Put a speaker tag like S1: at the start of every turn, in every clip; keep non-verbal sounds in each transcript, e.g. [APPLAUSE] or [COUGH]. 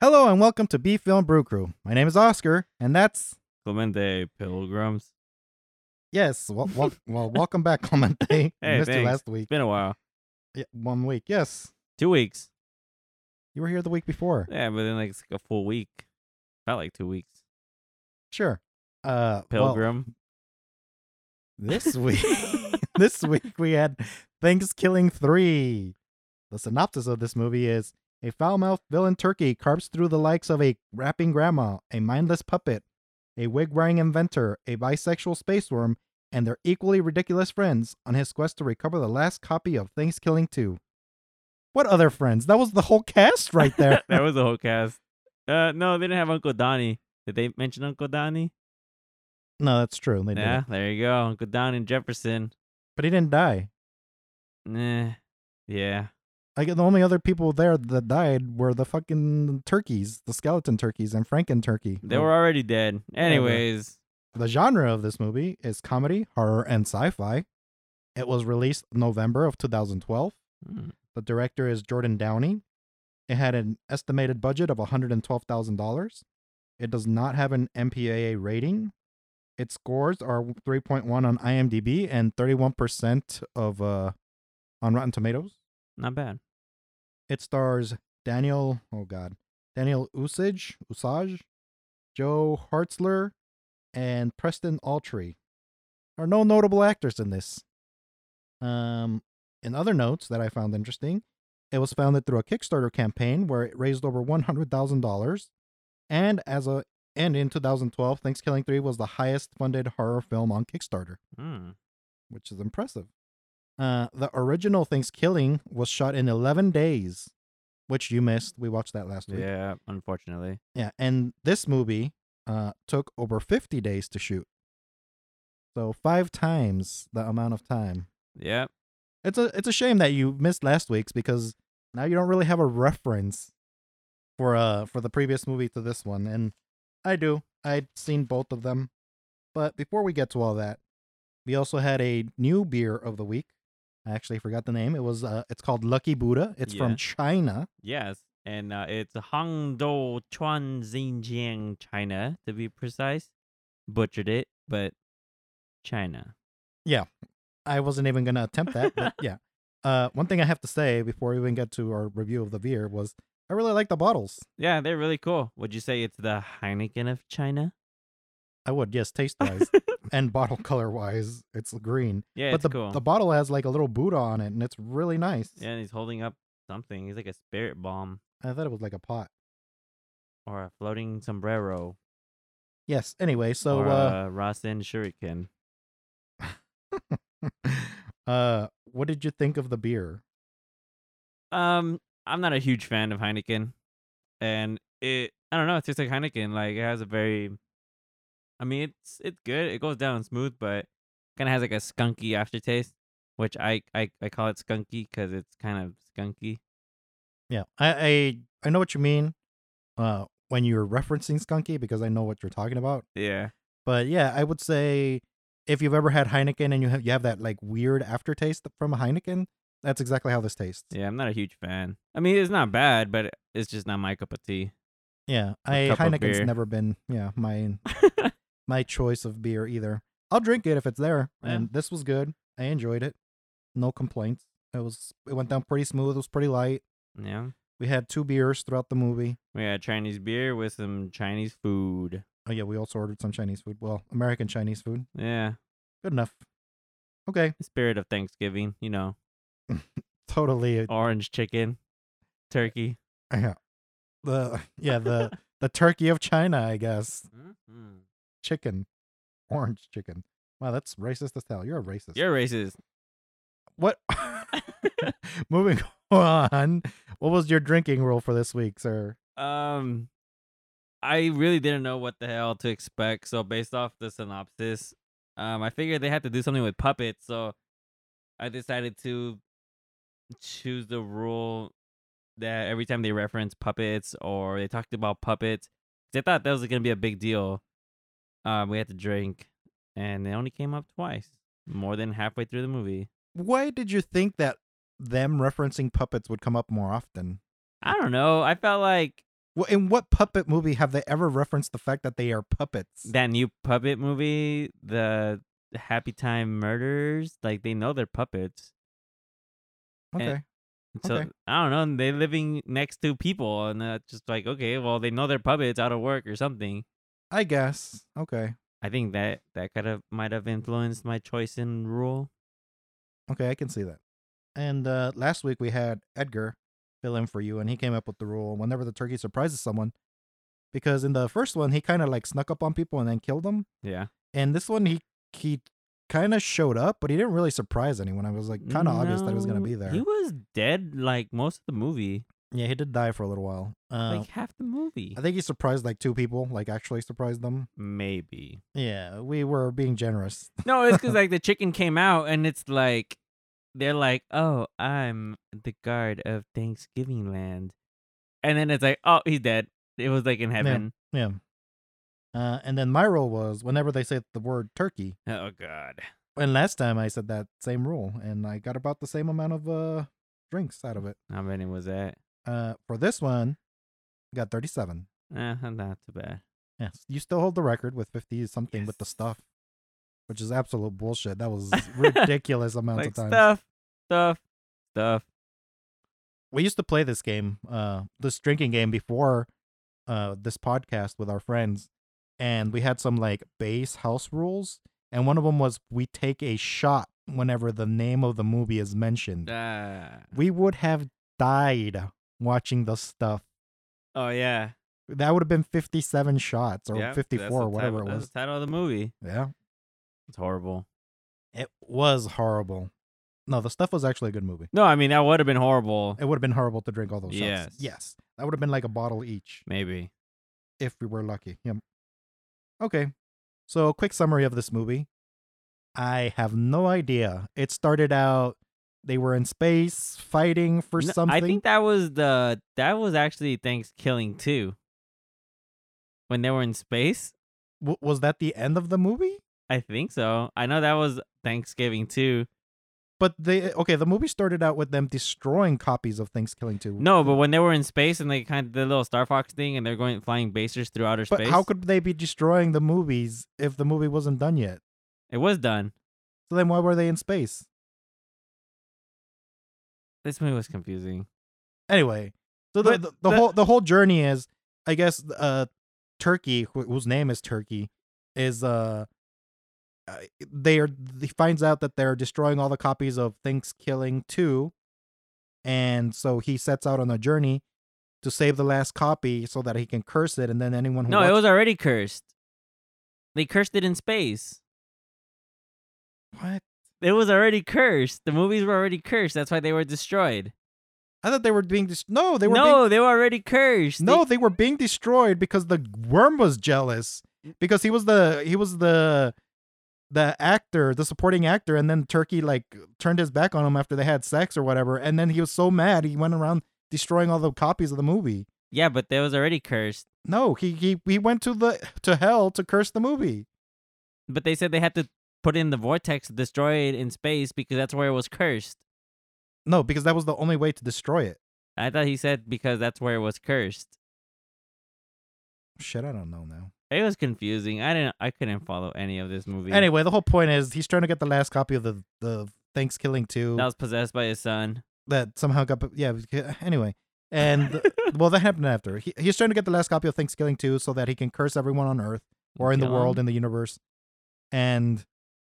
S1: Hello and welcome to Beef Film Brew Crew. My name is Oscar, and that's
S2: Clemente Pilgrims.
S1: yes. Well,
S2: [LAUGHS]
S1: well, well welcome back, Clemente. We
S2: Hey,
S1: missed you
S2: thanks.
S1: last week.
S2: Been a while.
S1: Yeah, one week, yes.
S2: Two weeks.
S1: You were here the week before.
S2: Yeah, but then like it's like a full week. Felt like two weeks.
S1: Sure. Uh, well, [LAUGHS]
S2: Pilgrim.
S1: this week, [LAUGHS] this week we had Thanksgiving Three. The synopsis of this movie is: a foul-mouthed villain turkey carps through the likes of a rapping grandma, a mindless puppet, a wig-wearing inventor, a bisexual space worm, and their equally ridiculous friends on his quest to recover the last copy of Thanksgiving Two. What other friends? That was the whole cast right
S2: [LAUGHS]
S1: there.
S2: [LAUGHS] that was the whole cast. Uh, no, they didn't have Uncle Donnie. Did they mention Uncle Donnie?
S1: no, that's true. They
S2: yeah,
S1: did,
S2: there you go. Uncle Donnie and Jefferson.
S1: but he didn't die.
S2: Nah. Yeah.
S1: Like the only other people there that died were the fucking turkeys, the skeleton turkeys, and Franken turkey.
S2: They were already dead. Anyways,
S1: The genre of this movie is comedy, horror, and sci-fi. It was released November of 2012.
S2: Mm,
S1: The director is Jordan Downey. It had an estimated budget of $112,000. It does not have an MPAA rating. Its scores are 3.1 on IMDb and 31% of uh, on Rotten Tomatoes.
S2: not bad.
S1: It stars Daniel, oh god, Daniel Usage, Usage, Joe Hartzler, and Preston Altree. There are no notable actors in this. Um, in other notes that I found interesting, it was founded through a Kickstarter campaign where it raised over one hundred thousand dollars, and as a and in 2012, Thanksgiving 3 was the highest funded horror film on Kickstarter
S2: Mm,
S1: which is impressive. Uh, the original Thanksgiving was shot in 11 days, which you missed. We watched that last week.
S2: yeah, unfortunately.
S1: Yeah, and this movie uh, took over 50 days to shoot. So five times the amount of time.
S2: Yep.
S1: It's a it's a shame that you missed last week's because now you don't really have a reference for uh for the previous movie to this one. And I do. I'd seen both of them. But before we get to all that, we also had a new beer of the week. I actually forgot the name. It was uh it's called Lucky Buddha. It's
S2: Yeah.
S1: from China.
S2: Yes. And uh, it's Hangzhou, Chuan, Xinjiang, China, to be precise. Butchered it, but China.
S1: I wasn't even gonna attempt that, but yeah. Uh one thing I have to say before we even get to our review of the beer was I really like the bottles.
S2: Yeah, they're really cool. Would you say it's the Heineken of China?
S1: I would, yes, taste wise and bottle color wise, it's green.
S2: Yeah,
S1: but
S2: it's
S1: the,
S2: cool.
S1: the bottle has like a little Buddha on it, and it's really nice.
S2: yeah, and he's holding up something. He's like a spirit bomb
S1: I thought it was like a pot.
S2: or a floating sombrero
S1: Yes. Anyway, so
S2: or
S1: uh,
S2: a Rasen shuriken.
S1: [LAUGHS] uh, what did you think of the beer?
S2: Um, I'm not a huge fan of Heineken, and it I don't know. It tastes like Heineken. Like it has a very, I mean, it's it's good. It goes down smooth, but kind of has like a skunky aftertaste, which I I, I call it skunky because it's kind of skunky.
S1: Yeah, I I, I know what you mean. Uh, when you're referencing Skunky, because I know what you're talking about.
S2: Yeah.
S1: But yeah, I would say if you've ever had Heineken and you have you have that like weird aftertaste from a Heineken, that's exactly how this tastes.
S2: Yeah, I'm not a huge fan. I mean, it's not bad, but it's just not my cup of tea.
S1: Yeah,
S2: A
S1: I
S2: cup of
S1: Heineken's
S2: beer.
S1: never been yeah
S2: [LAUGHS]
S1: my my choice of beer either. I'll drink it if it's there,
S2: Yeah.
S1: and this was good. I enjoyed it. No complaints. It was it went down pretty smooth. It was pretty light.
S2: Yeah.
S1: We had two beers throughout the movie.
S2: We had Chinese beer with some Chinese food.
S1: Oh yeah, we also ordered some Chinese food. Well, American Chinese food.
S2: Yeah.
S1: Good enough. Okay, [LAUGHS]
S2: Spirit of Thanksgiving, you know,
S1: totally.
S2: orange chicken, turkey.
S1: [LAUGHS] Yeah, the [LAUGHS] yeah the the turkey of China, I guess.
S2: Mhm.
S1: Chicken, orange chicken. Wow, that's racist as hell. You're a racist.
S2: You're racist.
S1: What? [LAUGHS] Moving [LAUGHS] on. What was your drinking rule for this week, sir?
S2: Um, I really didn't know what the hell to expect. So based off the synopsis, um, I figured they had to do something with puppets. So I decided to choose the rule that every time they reference puppets or they talked about puppets, 'cause I thought that was gonna be a big deal. Um, we had to drink, and it only came up twice, more than halfway through the movie.
S1: Why did you think that them referencing puppets would come up more often?
S2: I don't know. I felt like
S1: Well, in what puppet movie have they ever referenced the fact that they are puppets?
S2: That new puppet movie, the Happy Time Murders, like they know they're puppets.
S1: okay.
S2: So
S1: Okay.
S2: I don't know. and They're living next to people, and uh, just like okay, well they know they're puppets out of work or something.
S1: I guess. Okay.
S2: I think that that kind of might have influenced my choice in rule.
S1: Okay, I can see that. And uh, last week we had Edgar fill in for you, and he came up with the rule whenever the turkey surprises someone, because in the first one he kind of like snuck up on people and then killed them,
S2: Yeah,
S1: and this one he he kind of showed up, but he didn't really surprise anyone. I was like kind of obvious that he was gonna
S2: No,
S1: be there.
S2: He was dead like most of the movie,
S1: yeah, he did die for a little while. Uh,
S2: like half the movie,
S1: I think he surprised like two people, like actually surprised them.
S2: maybe.
S1: Yeah, we were being generous.
S2: No, it's because like the chicken came out, and it's like they're like, "Oh, I'm the guard of Thanksgiving Land," and then it's like, "Oh, he's dead." It was like in heaven.
S1: Yeah. Uh, and then my rule was whenever they say the word turkey,
S2: Oh God.
S1: And last time I said that same rule, and I got about the same amount of uh drinks out of it.
S2: How many was that?
S1: Uh, for this one, I got thirty-seven.
S2: Eh, not too bad.
S1: Yes, you still hold the record with fifty something with the
S2: Yes.
S1: stuff, which is absolute bullshit. That
S2: [LAUGHS]
S1: was ridiculous amounts
S2: like
S1: of times.
S2: stuff, stuff, stuff.
S1: We used to play this game, uh, this drinking game before uh this podcast with our friends, and we had some like base house rules, and one of them was we take a shot whenever the name of the movie is mentioned.
S2: Ah.
S1: we would have died watching the stuff.
S2: oh yeah.
S1: That would have been 57 shots or
S2: Yeah, that's
S1: 54
S2: the
S1: or whatever
S2: title-
S1: it
S2: that's
S1: was.
S2: the title of the movie.
S1: Yeah.
S2: It's horrible.
S1: It was horrible. No, the stuff was actually a good movie.
S2: No, I mean that would have been horrible.
S1: It would have been horrible to drink all those
S2: Yes.
S1: shots. Yes. That would have been like a bottle each
S2: Maybe.
S1: if we were lucky. Yep. Okay. So, quick summary of this movie. I have no idea. It started out they were in space fighting for
S2: No,
S1: something.
S2: I think that was the that was actually Thanksgiving too. When they were in space,
S1: W- was that the end of the movie?
S2: I think so. I know that was Thanksgiving too.
S1: But they okay, the movie started out with them destroying copies of Thanksgiving 2.
S2: No, but when they were in space and they kind of did a little Star Fox thing and they're going flying basers through outer
S1: but
S2: space.
S1: how could they be destroying the movies if the movie wasn't done yet?
S2: it was done?
S1: So then why were they in space?
S2: This movie was confusing.
S1: Anyway, so the,
S2: But
S1: the, the
S2: the-
S1: whole the whole journey is I guess uh Turkey wh- whose name is Turkey is uh uh, they are he finds out that they're destroying all the copies of Thanksgiving 2 and so he sets out on a journey to save the last copy so that he can curse it and then anyone who
S2: No, it
S1: watches-
S2: was already cursed. They cursed it in space.
S1: what
S2: It was already cursed. The movies were already cursed. That's why they were destroyed.
S1: I thought they were being des- no, they were
S2: no, they were already cursed.
S1: being, no, they were being destroyed because the worm was jealous because he was the he was the the actor, the supporting actor, and then Turkey like turned his back on him after they had sex or whatever, and then he was so mad he went around destroying all the copies of the movie.
S2: yeah, but they was already cursed.
S1: No, he he he went to the to hell to curse the movie.
S2: But they said they had to put in the vortex, destroy it in space because that's where it was cursed.
S1: No, because that was the only way to destroy it.
S2: I thought he said because that's where it was cursed.
S1: Shit, I don't know now.
S2: It was confusing. I didn't. I couldn't follow any of this movie.
S1: Anyway, the whole point is he's trying to get the last copy of the the Thanksgiving 2
S2: that was possessed by his son.
S1: that somehow got yeah anyway
S2: [LAUGHS]
S1: and well that happened after he, he's trying to get the last copy of thanksgiving 2 so that he can curse everyone on earth or in the
S2: Kill
S1: world
S2: him.
S1: in the universe and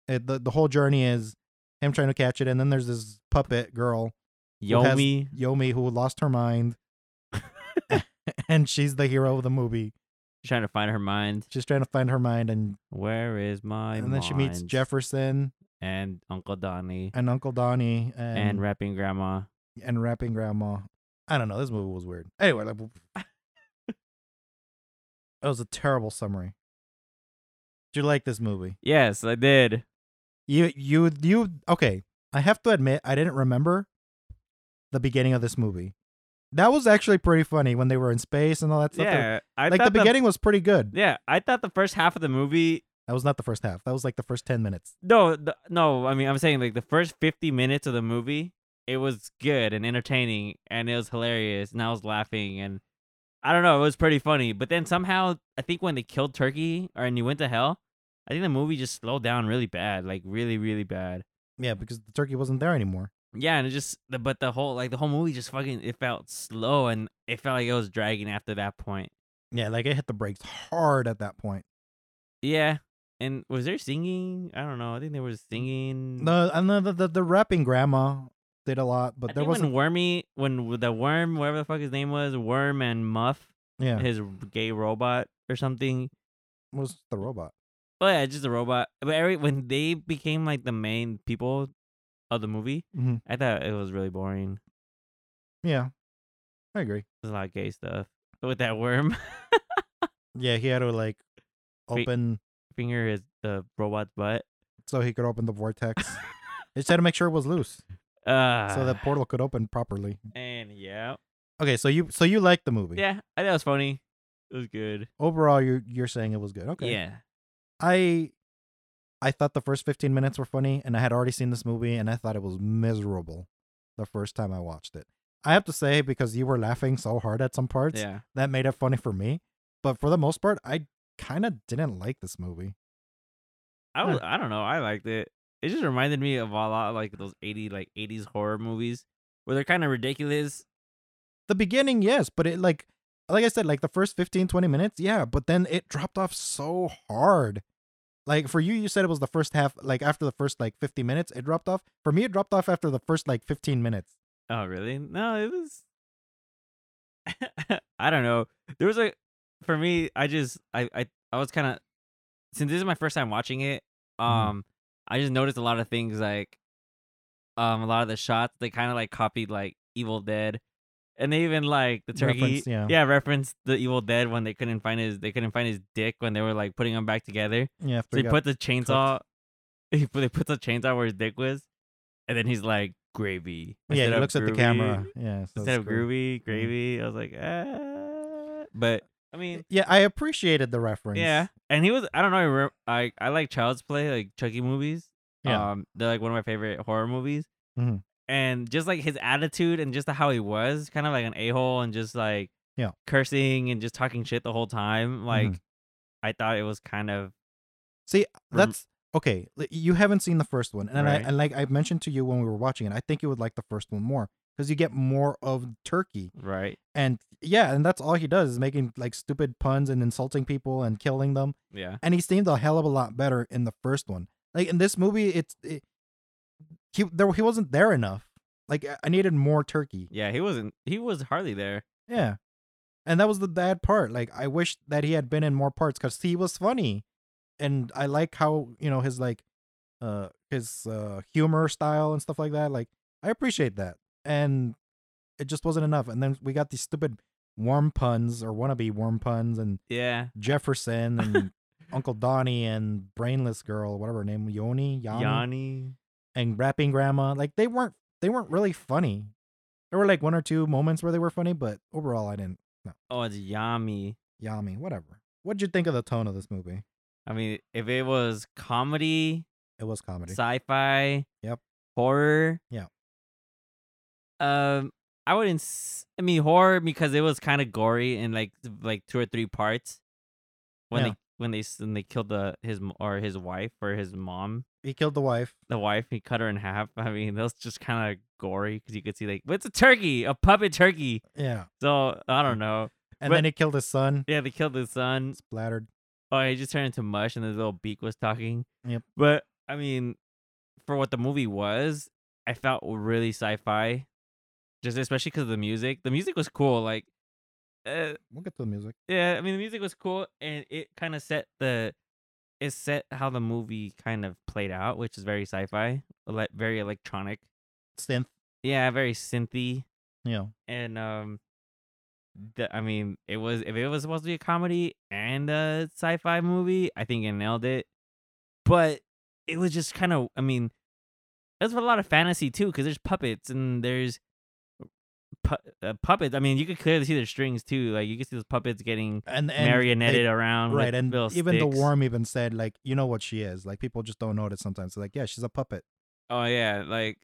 S1: it, the, the whole journey is him trying to catch it and then there's this puppet girl who has-
S2: Yomi.
S1: yomi who lost her
S2: [LAUGHS]
S1: mind [LAUGHS] and she's the hero of the movie
S2: Trying to find her mind.
S1: she's trying to find her mind and
S2: Where is my
S1: and then she meets
S2: mind?
S1: jefferson
S2: and Uncle Donnie
S1: and uncle donnie and
S2: and rapping grandma.
S1: and rapping grandma. I don't know. This movie was weird. Anyway, like, that was a terrible summary. Did you like this movie?
S2: Yes, I did.
S1: You, you, you. Okay, I have to admit, I didn't remember the beginning of this movie. That was actually pretty funny when they were in space and all that stuff.
S2: Yeah, I
S1: like the
S2: thought
S1: beginning was pretty good.
S2: yeah, I thought the first half of the movie.
S1: That was not the first half. That was like the first ten minutes.
S2: No, the, no. I mean, I'm saying like the first 50 minutes of the movie, it was good and entertaining, and it was hilarious, and I was laughing, and I don't know. It was pretty funny. But then somehow, I think when they killed Turkey or and he went to hell, I think the movie just slowed down really bad, like really, really bad.
S1: Yeah, because the turkey wasn't there anymore.
S2: Yeah, and it just the- but the whole like the whole movie just fucking it felt slow and it felt like it was dragging after that point.
S1: Yeah, like it hit the brakes hard at that point.
S2: Yeah. And was there singing? I don't know. I think there was singing.
S1: The I know the the, the rapping grandma did a lot, but
S2: I
S1: there
S2: think
S1: wasn't.
S2: when Wormy when the worm, whatever the fuck his name was, Worm and Muff,
S1: yeah,
S2: his gay robot or something.
S1: it was the robot.
S2: But yeah, just a robot. But every when they became like the main people of the movie,
S1: Mhm.
S2: I thought it was really boring.
S1: Yeah, I agree.
S2: There's a lot of gay stuff with that worm [LAUGHS]
S1: Yeah, he had to like
S2: Wait.
S1: open
S2: finger is the robot's butt.
S1: so he could open the
S2: [LAUGHS]
S1: vortex. He just had to make sure it was loose
S2: Uh,
S1: so that portal could open properly.
S2: and yeah,
S1: Okay, so you so you liked the movie.
S2: yeah, I thought it was funny. It was good.
S1: Overall, you you're saying it was good. Okay.
S2: Yeah,
S1: I I thought the first 15 minutes were funny and I had already seen this movie and I thought it was miserable the first time I watched it. I have to say because you were laughing so hard at some parts,
S2: yeah.
S1: that made it funny for me. But for the most part, I kind of didn't like this movie.
S2: I
S1: Huh.
S2: was, I don't know. I liked it. It just reminded me of a lot of, like those eighty like eighties horror movies where they're kind of ridiculous.
S1: The beginning, yes, but it like like I said like the first 15 20 minutes, yeah, but then it dropped off so hard. Like for you you said it was the first half like after the first like 50 minutes it dropped off. For me it dropped off after the first like 15 minutes.
S2: Oh really? No, it was. [LAUGHS] I don't know. There was a for me. I just I I I was kind of since this is my first time watching it. Um,
S1: Mhm.
S2: I just noticed a lot of things like, um, a lot of the shots they kind of like copied like Evil Dead, and they even like the turkey.
S1: Referenced, yeah.
S2: yeah, referenced the Evil Dead when they couldn't find his they couldn't find his dick when they were like putting him back together.
S1: Yeah, after
S2: So he
S1: got-
S2: put the chainsaw. [LAUGHS] He put, they put the chainsaw where his dick was, and then he's like gravy.
S1: Oh, yeah,
S2: instead
S1: he
S2: of
S1: looks at the
S2: groovy-
S1: camera. Yeah, so
S2: instead
S1: it's
S2: of
S1: cool. Mm-hmm.
S2: groovy gravy. I was like, ah. But I mean,
S1: Yeah, I appreciated the reference.
S2: yeah. And he was. I don't know. I re- I, I like Child's Play, like Chucky movies.
S1: Yeah.
S2: Um, they're like one of my favorite horror movies.
S1: Mhm.
S2: And just like his attitude and just how he was, kind of like an a hole and just like
S1: Yeah. Mm-hmm.
S2: cursing and just talking shit the whole time. Like, I thought it was kind of
S1: See,
S2: Rem-
S1: that's okay. li- You haven't seen the first one, and I,
S2: Right.
S1: and like I mentioned to you when we were watching it, I think you would like the first one more because you get more of Turkey,
S2: right.
S1: and yeah, and that's all he does is making like stupid puns and insulting people and killing them,
S2: Yeah.
S1: and he seemed a hell of a lot better in the first one. Like in this movie, it's it, he there he wasn't there enough. Like I- I needed more Turkey.
S2: Yeah, he wasn't. He was hardly there.
S1: Yeah. And that was the bad part. Like I wish that he had been in more parts cuz he was funny. And I like how, you know, his like uh his uh humor style and stuff like that. Like I appreciate that. And it just wasn't enough. And then we got these stupid worm puns or wannabe worm puns and
S2: Yeah,
S1: Jefferson and Uncle Donnie and Brainless Girl, whatever her name, Yoni, Yami,
S2: Yanni.
S1: and Rapping Grandma. Like they weren't they weren't really funny. There were like one or two moments where they were funny, but overall I didn't
S2: Oh, it's Yami.
S1: Yami, whatever. What'd you think of the tone of this movie?
S2: I mean, if it was comedy,
S1: It was comedy.
S2: sci-fi,
S1: Yep.
S2: horror,
S1: Yeah.
S2: Um, I wouldn't. s- I mean, horror because it was kind of gory in like th- like two or three parts when
S1: Yeah.
S2: they when they s- when they killed the his m- or his wife or his mom.
S1: He killed the wife.
S2: The wife he cut her in half. [LAUGHS] I mean, that was just kind of gory because you could see like what's a turkey, a puppet turkey.
S1: Yeah.
S2: So I don't know.
S1: And
S2: But-
S1: then he killed his son.
S2: Yeah, they killed his son.
S1: Splattered.
S2: Oh, he just turned into mush, and his little beak was talking.
S1: Yep.
S2: But I mean, for what the movie was, I felt really sci-fi, just especially because of the music. The music was cool. Like, uh,
S1: We'll get to the music.
S2: yeah, I mean, the music was cool, and it kind of set the, it set how the movie kind of played out, which is very sci-fi, ele- very electronic.
S1: Synth.
S2: Yeah, very synthy,
S1: Yeah.
S2: and um. The, I mean, it was if it was supposed to be a comedy and a sci-fi movie, I think it nailed it but it was just kind of i mean that's a lot of fantasy too because there's puppets and there's pu- uh, puppets i mean you could clearly see their strings too like you could see those puppets getting
S1: And and
S2: marionetted
S1: they-
S2: around with
S1: right. And even
S2: little
S1: the
S2: sticks.
S1: worm even said, like, you know what she is. Like people just don't notice sometimes. They're like, yeah, she's a puppet.
S2: oh yeah like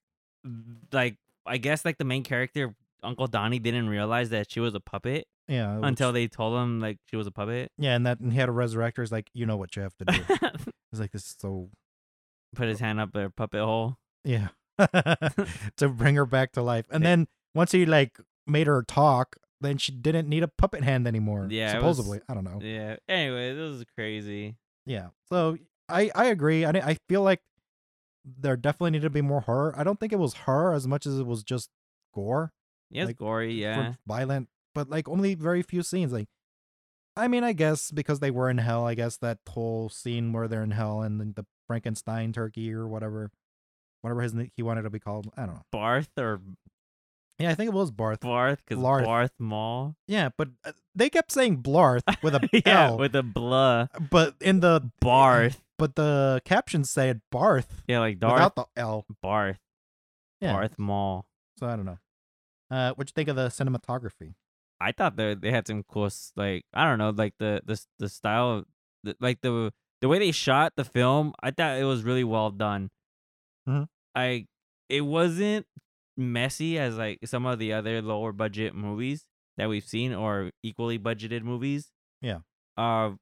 S2: like i guess like the main character Uncle Donnie didn't realize that she was a puppet
S1: Yeah. it
S2: until
S1: was-
S2: they told him like she was a puppet.
S1: yeah, and that and he had a resurrector. He's like, you know what you have to do.
S2: [LAUGHS] Put
S1: He's like, this is so
S2: his hand up their puppet hole.
S1: yeah, [LAUGHS] to bring her back to life. And then once he like made her talk, then she didn't need a puppet hand anymore.
S2: Yeah, it was-
S1: supposedly. I don't know.
S2: Yeah. Anyway, this is crazy.
S1: Yeah. So I I agree. I I feel like there definitely needed to be more horror. I don't think it was horror as much as it was just gore,
S2: Yeah, it's
S1: Like,
S2: gory.
S1: for
S2: Yeah.
S1: violent, but like only very few scenes. Like, I mean, I guess because they were in hell. I guess that whole scene where they're in hell and then the Frankenstein turkey or whatever, whatever his n- he wanted to be called. I don't know.
S2: Barth or
S1: Yeah, I think it was Barth.
S2: Barth because
S1: Blarth.
S2: Barth
S1: [LAUGHS]
S2: Mall.
S1: yeah, but uh, they kept saying Blarth with a
S2: [LAUGHS] yeah,
S1: L,
S2: with a
S1: Uh,
S2: blah
S1: but in the
S2: Barth.
S1: but the captions said Barth
S2: Yeah, like Darth
S1: without the L.
S2: Barth.
S1: Yeah.
S2: Barth Mall.
S1: So I don't know. Uh, what you think of the cinematography?
S2: I thought they they had some cool s- like I don't know like the the s- the style of- the, like the the way they shot the film I thought it was really well done.
S1: Mhm.
S2: I it wasn't messy as like some of the other lower budget movies that we've seen or equally budgeted movies.
S1: Yeah.
S2: Uh,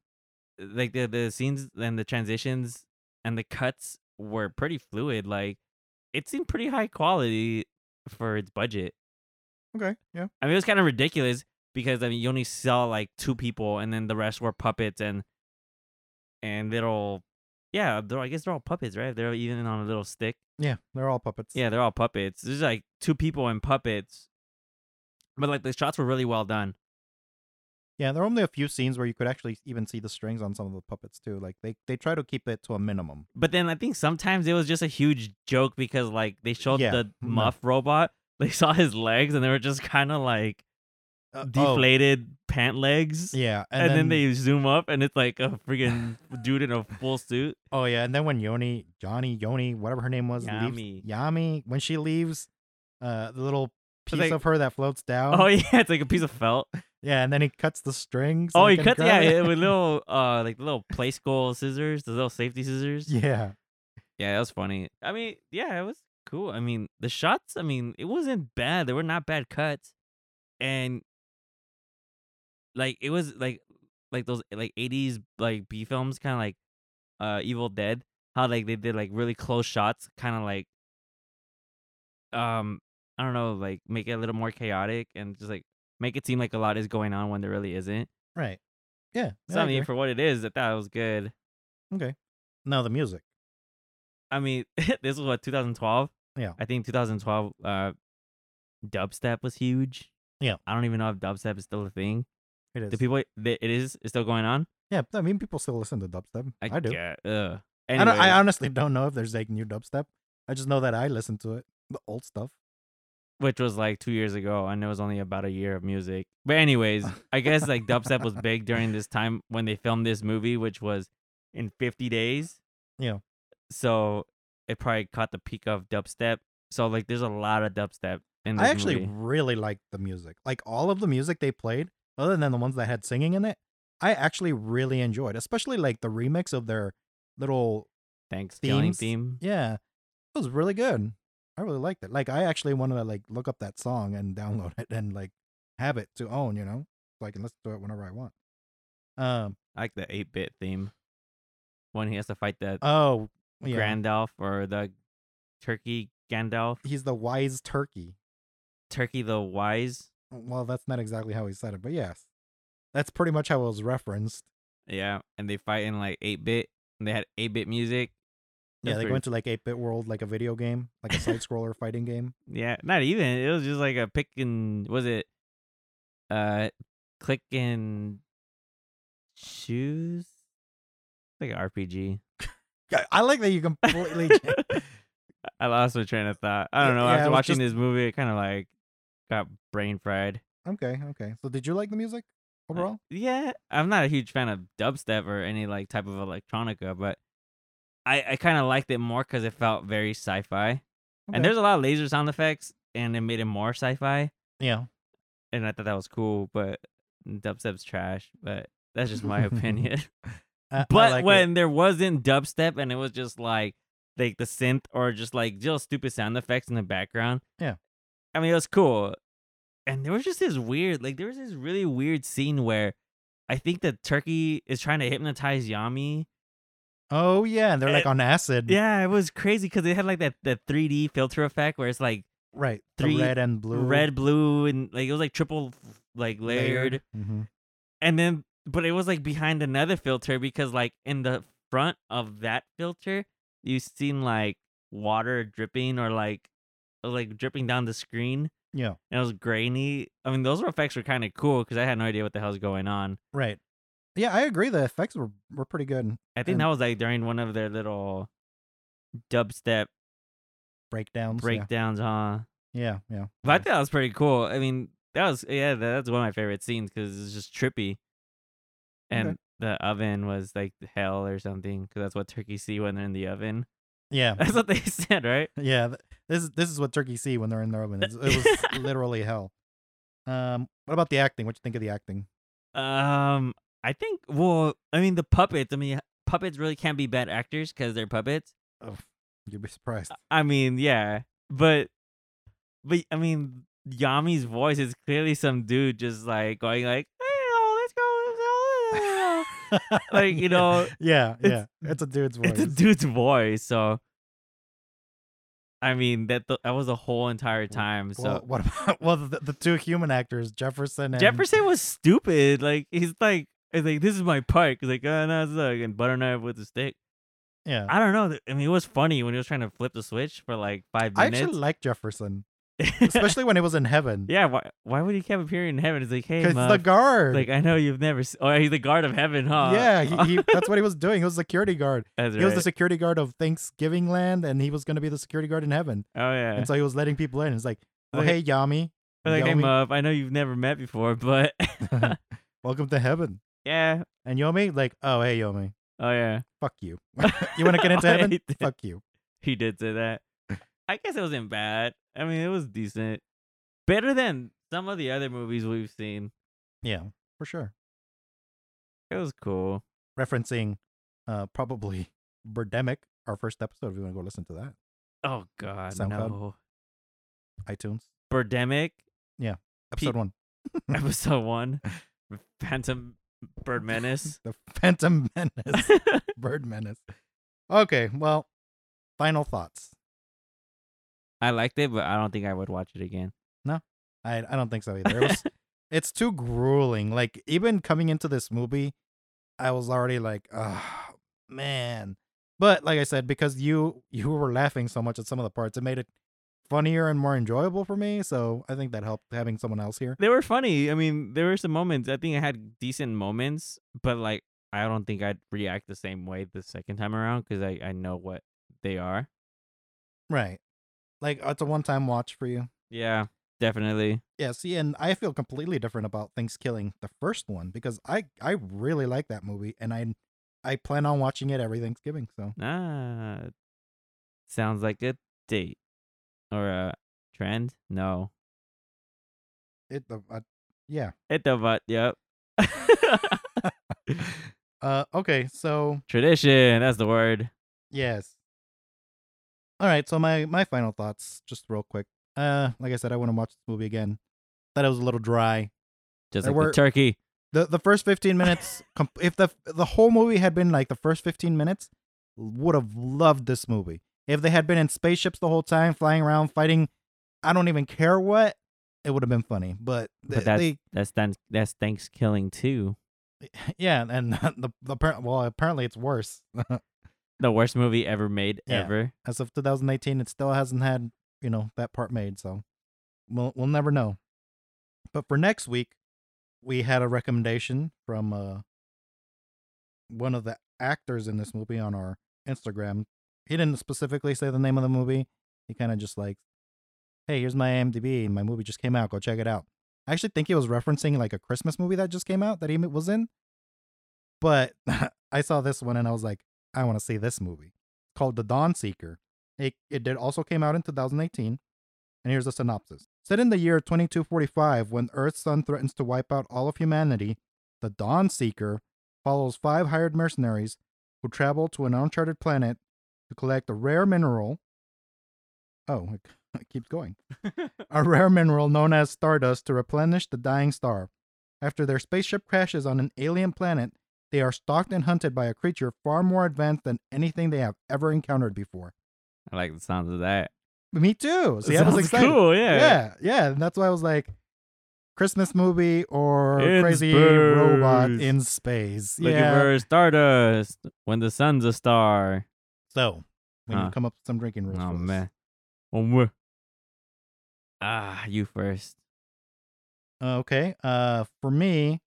S2: like the the scenes and the transitions and the cuts were pretty fluid. Like it seemed pretty high quality for its budget.
S1: Okay, yeah,
S2: I mean, it was kind of ridiculous because I mean, you only saw like two people, and then the rest were puppets and and little, yeah. They're, I guess they're all puppets, right? They're even on a little stick.
S1: yeah, they're all puppets.
S2: Yeah, they're all puppets. There's like two people and puppets, but like the shots were really well done.
S1: yeah. There are only a few scenes where you could actually even see the strings on some of the puppets too. Like they they try to keep it to a minimum.
S2: But then I think sometimes it was just a huge joke because like they showed
S1: Yeah,
S2: the
S1: [LAUGHS] no.
S2: muff robot, [LAUGHS] they saw his legs, and they were just kind of like
S1: Uh, oh,
S2: deflated pant legs.
S1: yeah,
S2: And, then, they zoom up, and it's like a freaking dude in a full suit.
S1: Oh yeah, and then when Yoni, Johnny, Yoni, whatever her name was,
S2: Yami.
S1: leaves, Yami, when she leaves, uh, the little piece
S2: like-
S1: of her that floats down.
S2: Oh yeah, it's like a piece of felt.
S1: yeah, and then he cuts the strings.
S2: oh,
S1: and
S2: you
S1: can
S2: cut yeah,
S1: grab it.
S2: [LAUGHS] yeah, with little uh like the little play school scissors, the little safety scissors.
S1: [LAUGHS] yeah,
S2: Yeah, that was funny. I mean, yeah, it was cool. I mean, the shots. I mean, it wasn't bad. They were not bad cuts, and like it was like like those like eighties like B films, kind of like uh Evil Dead. How like they did like really close shots, kind of like um I don't know, like make it a little more chaotic and just like make it seem like a lot is going on when there really isn't.
S1: right, yeah.
S2: So
S1: no, I
S2: I mean,
S1: agree.
S2: for what it is, I thought it was good.
S1: okay. Now the music.
S2: I mean, [LAUGHS] this was what 2012.
S1: Yeah.
S2: I think 2012. Uh, dubstep was huge.
S1: Yeah.
S2: I don't even know if dubstep is still a thing.
S1: It is.
S2: Do people? They, it is. It's still going on.
S1: yeah, I mean, people still listen to dubstep. I, do.
S2: get- ugh.
S1: I, don't, I
S2: Anyway,
S1: honestly don't know if there's like new dubstep. I just know that I listen to it, the old stuff.
S2: which was like two years ago, and it was only about a year of music. But anyways,
S1: [LAUGHS]
S2: I guess like dubstep was big during this time when they filmed this movie, which was in 50 days.
S1: Yeah.
S2: So it probably caught the peak of dubstep. So like, there's a lot of dubstep in this
S1: I actually
S2: movie.
S1: really liked the music. Like all of the music they played, other than the ones that had singing in it, I actually really enjoyed, especially like the remix of their little
S2: Thanks, killing
S1: themes-
S2: theme.
S1: yeah. It was really good. I really liked it. Like I actually wanted to like look up that song and [LAUGHS] download it and like have it to own, you know, so I can listen to it whenever I want. Um.
S2: I like the eight bit theme when he has to fight the
S1: Oh, yeah.
S2: Grandalf or the Turkey Gandalf,
S1: He's the wise turkey.
S2: Turkey the Wise.
S1: Well, that's not exactly how he said it, but yes, that's pretty much how it was referenced.
S2: Yeah, and they fight in like eight bit. And they had eight bit music.
S1: Yeah,
S2: That's
S1: they
S2: pretty-
S1: go into like 8 bit world, like a video game, like
S2: [LAUGHS]
S1: a side scroller fighting game.
S2: yeah, not even. It was just like a pick and was it, uh, click and choose, like an RPG.
S1: I- I like that you [LAUGHS] completely. ch-
S2: [LAUGHS] I lost my train of thought. I don't know.
S1: Yeah, it
S2: After
S1: was
S2: watching
S1: just-
S2: this movie, it kind of like got brain fried.
S1: okay, okay. So, did you like the music
S2: Uh,
S1: overall?
S2: Yeah, I'm not a huge fan of dubstep or any like type of electronica, but I I kind of liked it more because it felt very sci-fi.
S1: Okay.
S2: And there's a lot of laser sound effects, and it made it more sci-fi,
S1: yeah,
S2: and I thought that was cool. But dubstep's trash, but that's just my opinion.
S1: I- I
S2: but
S1: like it.
S2: when there wasn't dubstep and it was just like like the synth or just like just stupid sound effects in the background.
S1: Yeah.
S2: I mean it was cool. and there was just this weird, like there was this really weird scene where I think that Turkey is trying to hypnotize Yami.
S1: Mm. Oh yeah, and they're like on acid.
S2: eh, Yeah, it was crazy because they had like that that 3D filter effect where it's like
S1: Right. the
S2: Three
S1: red and blue.
S2: red, blue, and like it was like triple like layered.
S1: Mm-hmm.
S2: and then but it was like behind another filter because like in the front of that filter you seen like water dripping or like or, like dripping down the screen
S1: Yeah.
S2: and it was grainy i mean those effects were kind of cool because i had no idea what the hell's going on
S1: Right. Yeah, I agree. The effects were were pretty good.
S2: i think
S1: And-
S2: that was like during one of their little dubstep
S1: Breakdowns. yeah.
S2: breakdowns huh
S1: Yeah. Yeah.
S2: but i thought that was pretty cool i mean that was yeah that- that's one of my favorite scenes because it's just trippy and the oven was like hell or something because that's what turkeys see when they're in the oven [LAUGHS]
S1: Yeah.
S2: That's what they [LAUGHS] said, right?
S1: Yeah, th- this is this is what turkeys see when they're in their oven. It's, it
S2: [LAUGHS]
S1: was literally hell. Um, what about the acting? What you think of the acting?
S2: Um, I think. Well, I mean, the puppets. I mean, puppets really can't be bad actors because they're puppets.
S1: Oh, You'd be surprised.
S2: I mean, yeah, but, but I mean, Yami's voice is clearly some dude just like going like, "Hey, let's go." Let's go. Uh,
S1: [LAUGHS]
S2: Like, you
S1: Yeah.
S2: know,
S1: yeah,
S2: it's-
S1: yeah, it's a dude's voice.
S2: it's a dude's voice, so. I mean that th- that was the whole entire time. So
S1: Well, what about [LAUGHS] well the, the two human actors, Jefferson and
S2: Jefferson was stupid. Like he's like, he's like, this is my part. He's like, oh no, it's like and butter knife with a stick.
S1: Yeah,
S2: I don't know. I mean, it was funny when he was trying to flip the switch for like five
S1: I actually
S2: minutes.
S1: like
S2: [LAUGHS]
S1: Jefferson, especially when it was in heaven.
S2: yeah. Why? Why would he keep appearing in heaven? He's like, hey,
S1: because
S2: Muff.
S1: the guard.
S2: Like I know you've never. Se- oh, he's the guard of heaven, huh? [LAUGHS] Oh,
S1: yeah, he, he, that's what he was doing. He was security guard.
S2: That's
S1: He was the
S2: right.
S1: security guard of Thanksgiving Land, and he was going to be the security guard in heaven.
S2: oh yeah.
S1: And so he was letting people in. It's like, oh,
S2: Like-
S1: hey, Yami,
S2: But like, hey,
S1: Yomi.
S2: Muff, I know you've never met before, but [LAUGHS]
S1: [LAUGHS] welcome to heaven.
S2: yeah.
S1: And Yomi, like, oh, hey, Yomi,
S2: Oh yeah.
S1: fuck you. [LAUGHS] you want to get
S2: [LAUGHS]
S1: into
S2: Oh,
S1: heaven?
S2: he did-
S1: Fuck you.
S2: He did say that. I guess it wasn't bad. I mean, it was decent. Better than some of the other movies we've seen.
S1: Yeah, for sure.
S2: It was cool.
S1: Referencing uh, probably Birdemic, our first episode, if you want to go listen to that.
S2: Oh God,
S1: SoundCloud?
S2: no.
S1: iTunes,
S2: Birdemic [LAUGHS]
S1: episode
S2: Pe-
S1: one. [LAUGHS]
S2: episode one, Phantom Bird Menace.
S1: The Phantom Menace, Bird Menace. Okay, well, final thoughts.
S2: [LAUGHS] I liked it, but I don't think I would watch it again.
S1: I, I don't think so either. It was, it's too grueling. Like, even coming into this movie, I was already like, oh, man. But like I said, because you you were laughing so much at some of the parts, it made it funnier and more enjoyable for me. So I think that helped having someone else here.
S2: They were funny. I mean, there were some moments. I think I had decent moments, but like I don't think I'd react the same way the second time around because I I know what they are.
S1: Right. Like it's a one time watch for you.
S2: Yeah, definitely.
S1: Yeah, see, and I feel completely different about Thanksgiving, the first one, because I I really like that movie and I I plan on watching it every Thanksgiving. So
S2: Ah, sounds like a date or a trend. No,
S1: it the uh, yeah.
S2: it the but yep. [LAUGHS]
S1: Uh okay, so
S2: Tradition. That's the word.
S1: Yes. All right, so my my final thoughts, just real quick. Uh, like I said, I want to watch this movie again. Thought it was a little dry.
S2: Just
S1: There
S2: like
S1: were-
S2: the turkey.
S1: the The first
S2: [LAUGHS]
S1: fifteen minutes, com- if the the whole movie had been like the first fifteen minutes, would have loved this movie. If they had been in spaceships the whole time, flying around, fighting, I don't even care what, it would have been funny. But, th-
S2: But that's
S1: they,
S2: that's thanks that's Thanksgiving too.
S1: yeah, and [LAUGHS] the the appar- well, apparently it's worse.
S2: The worst movie ever made
S1: Yeah.
S2: ever.
S1: as of 2018 it still hasn't had you know that part made so we'll, we'll never know but for next week we had a recommendation from uh one of the actors in this movie on our instagram he didn't specifically say the name of the movie he kind of just like hey here's my imdb my movie just came out go check it out i actually think he was referencing like a christmas movie that just came out that he was in but [LAUGHS] i saw this one and i was like i want to see this movie called The Dawn Seeker. It, it did also came out in 2018. And here's a synopsis. Set in the year 2245, when Earth's sun threatens to wipe out all of humanity, the Dawn Seeker follows five hired mercenaries who [LAUGHS] travel to an uncharted planet to collect a rare mineral. Oh, It keeps going. a rare mineral known as stardust to replenish the dying star. After their spaceship crashes on an alien planet, they are stalked and hunted by a creature far more advanced than anything they have ever encountered before.
S2: I like the sound of that.
S1: Me too. Oh, See, I
S2: Sounds
S1: was excited.
S2: Cool, yeah.
S1: Yeah, yeah. And that's why I was like, Christmas movie or
S2: In
S1: crazy robot
S2: space.
S1: in space.
S2: Looking
S1: yeah.
S2: for stardust when the sun's a star.
S1: So we need
S2: Huh.
S1: to come up with some drinking rules.
S2: Oh
S1: for this.
S2: man. Oh, meh. Ah, you first.
S1: Uh, okay. Uh, for me,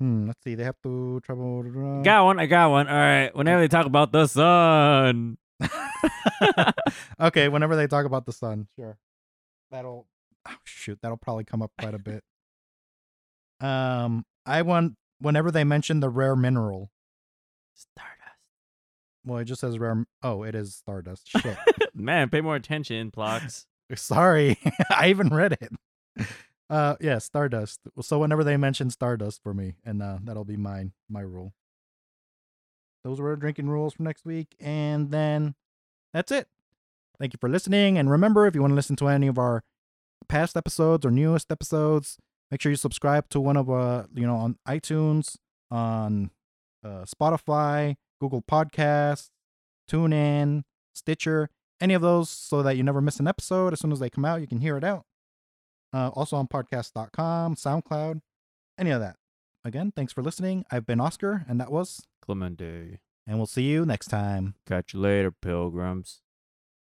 S1: hmm. Let's see. They have to travel.
S2: Got one. I got one. All right. Whenever they talk about the sun,
S1: okay. Whenever they talk about the sun, sure. That'll oh, shoot. That'll probably come up quite a bit. Um, I want whenever they mention the rare mineral.
S2: stardust.
S1: Well, it just says rare. m- Oh, it is stardust. Shit.
S2: Man, pay more attention, Plox.
S1: [LAUGHS] Sorry, I even read it. Uh, yeah, Stardust. So whenever they mention Stardust for me, and uh, that'll be mine, my rule. Those were our drinking rules for next week, and then that's it. Thank you for listening, and remember, if you want to listen to any of our past episodes or newest episodes, make sure you subscribe to one of uh, you know, on iTunes, on uh, Spotify, Google Podcasts, TuneIn, Stitcher any of those so that you never miss an episode. As soon as they come out, you can hear it out. Uh, also on podcast.com, SoundCloud, any of that. Again, thanks for listening. I've been Oscar, and that was,
S2: Clemente.
S1: and we'll see you next time.
S2: Catch you later, pilgrims.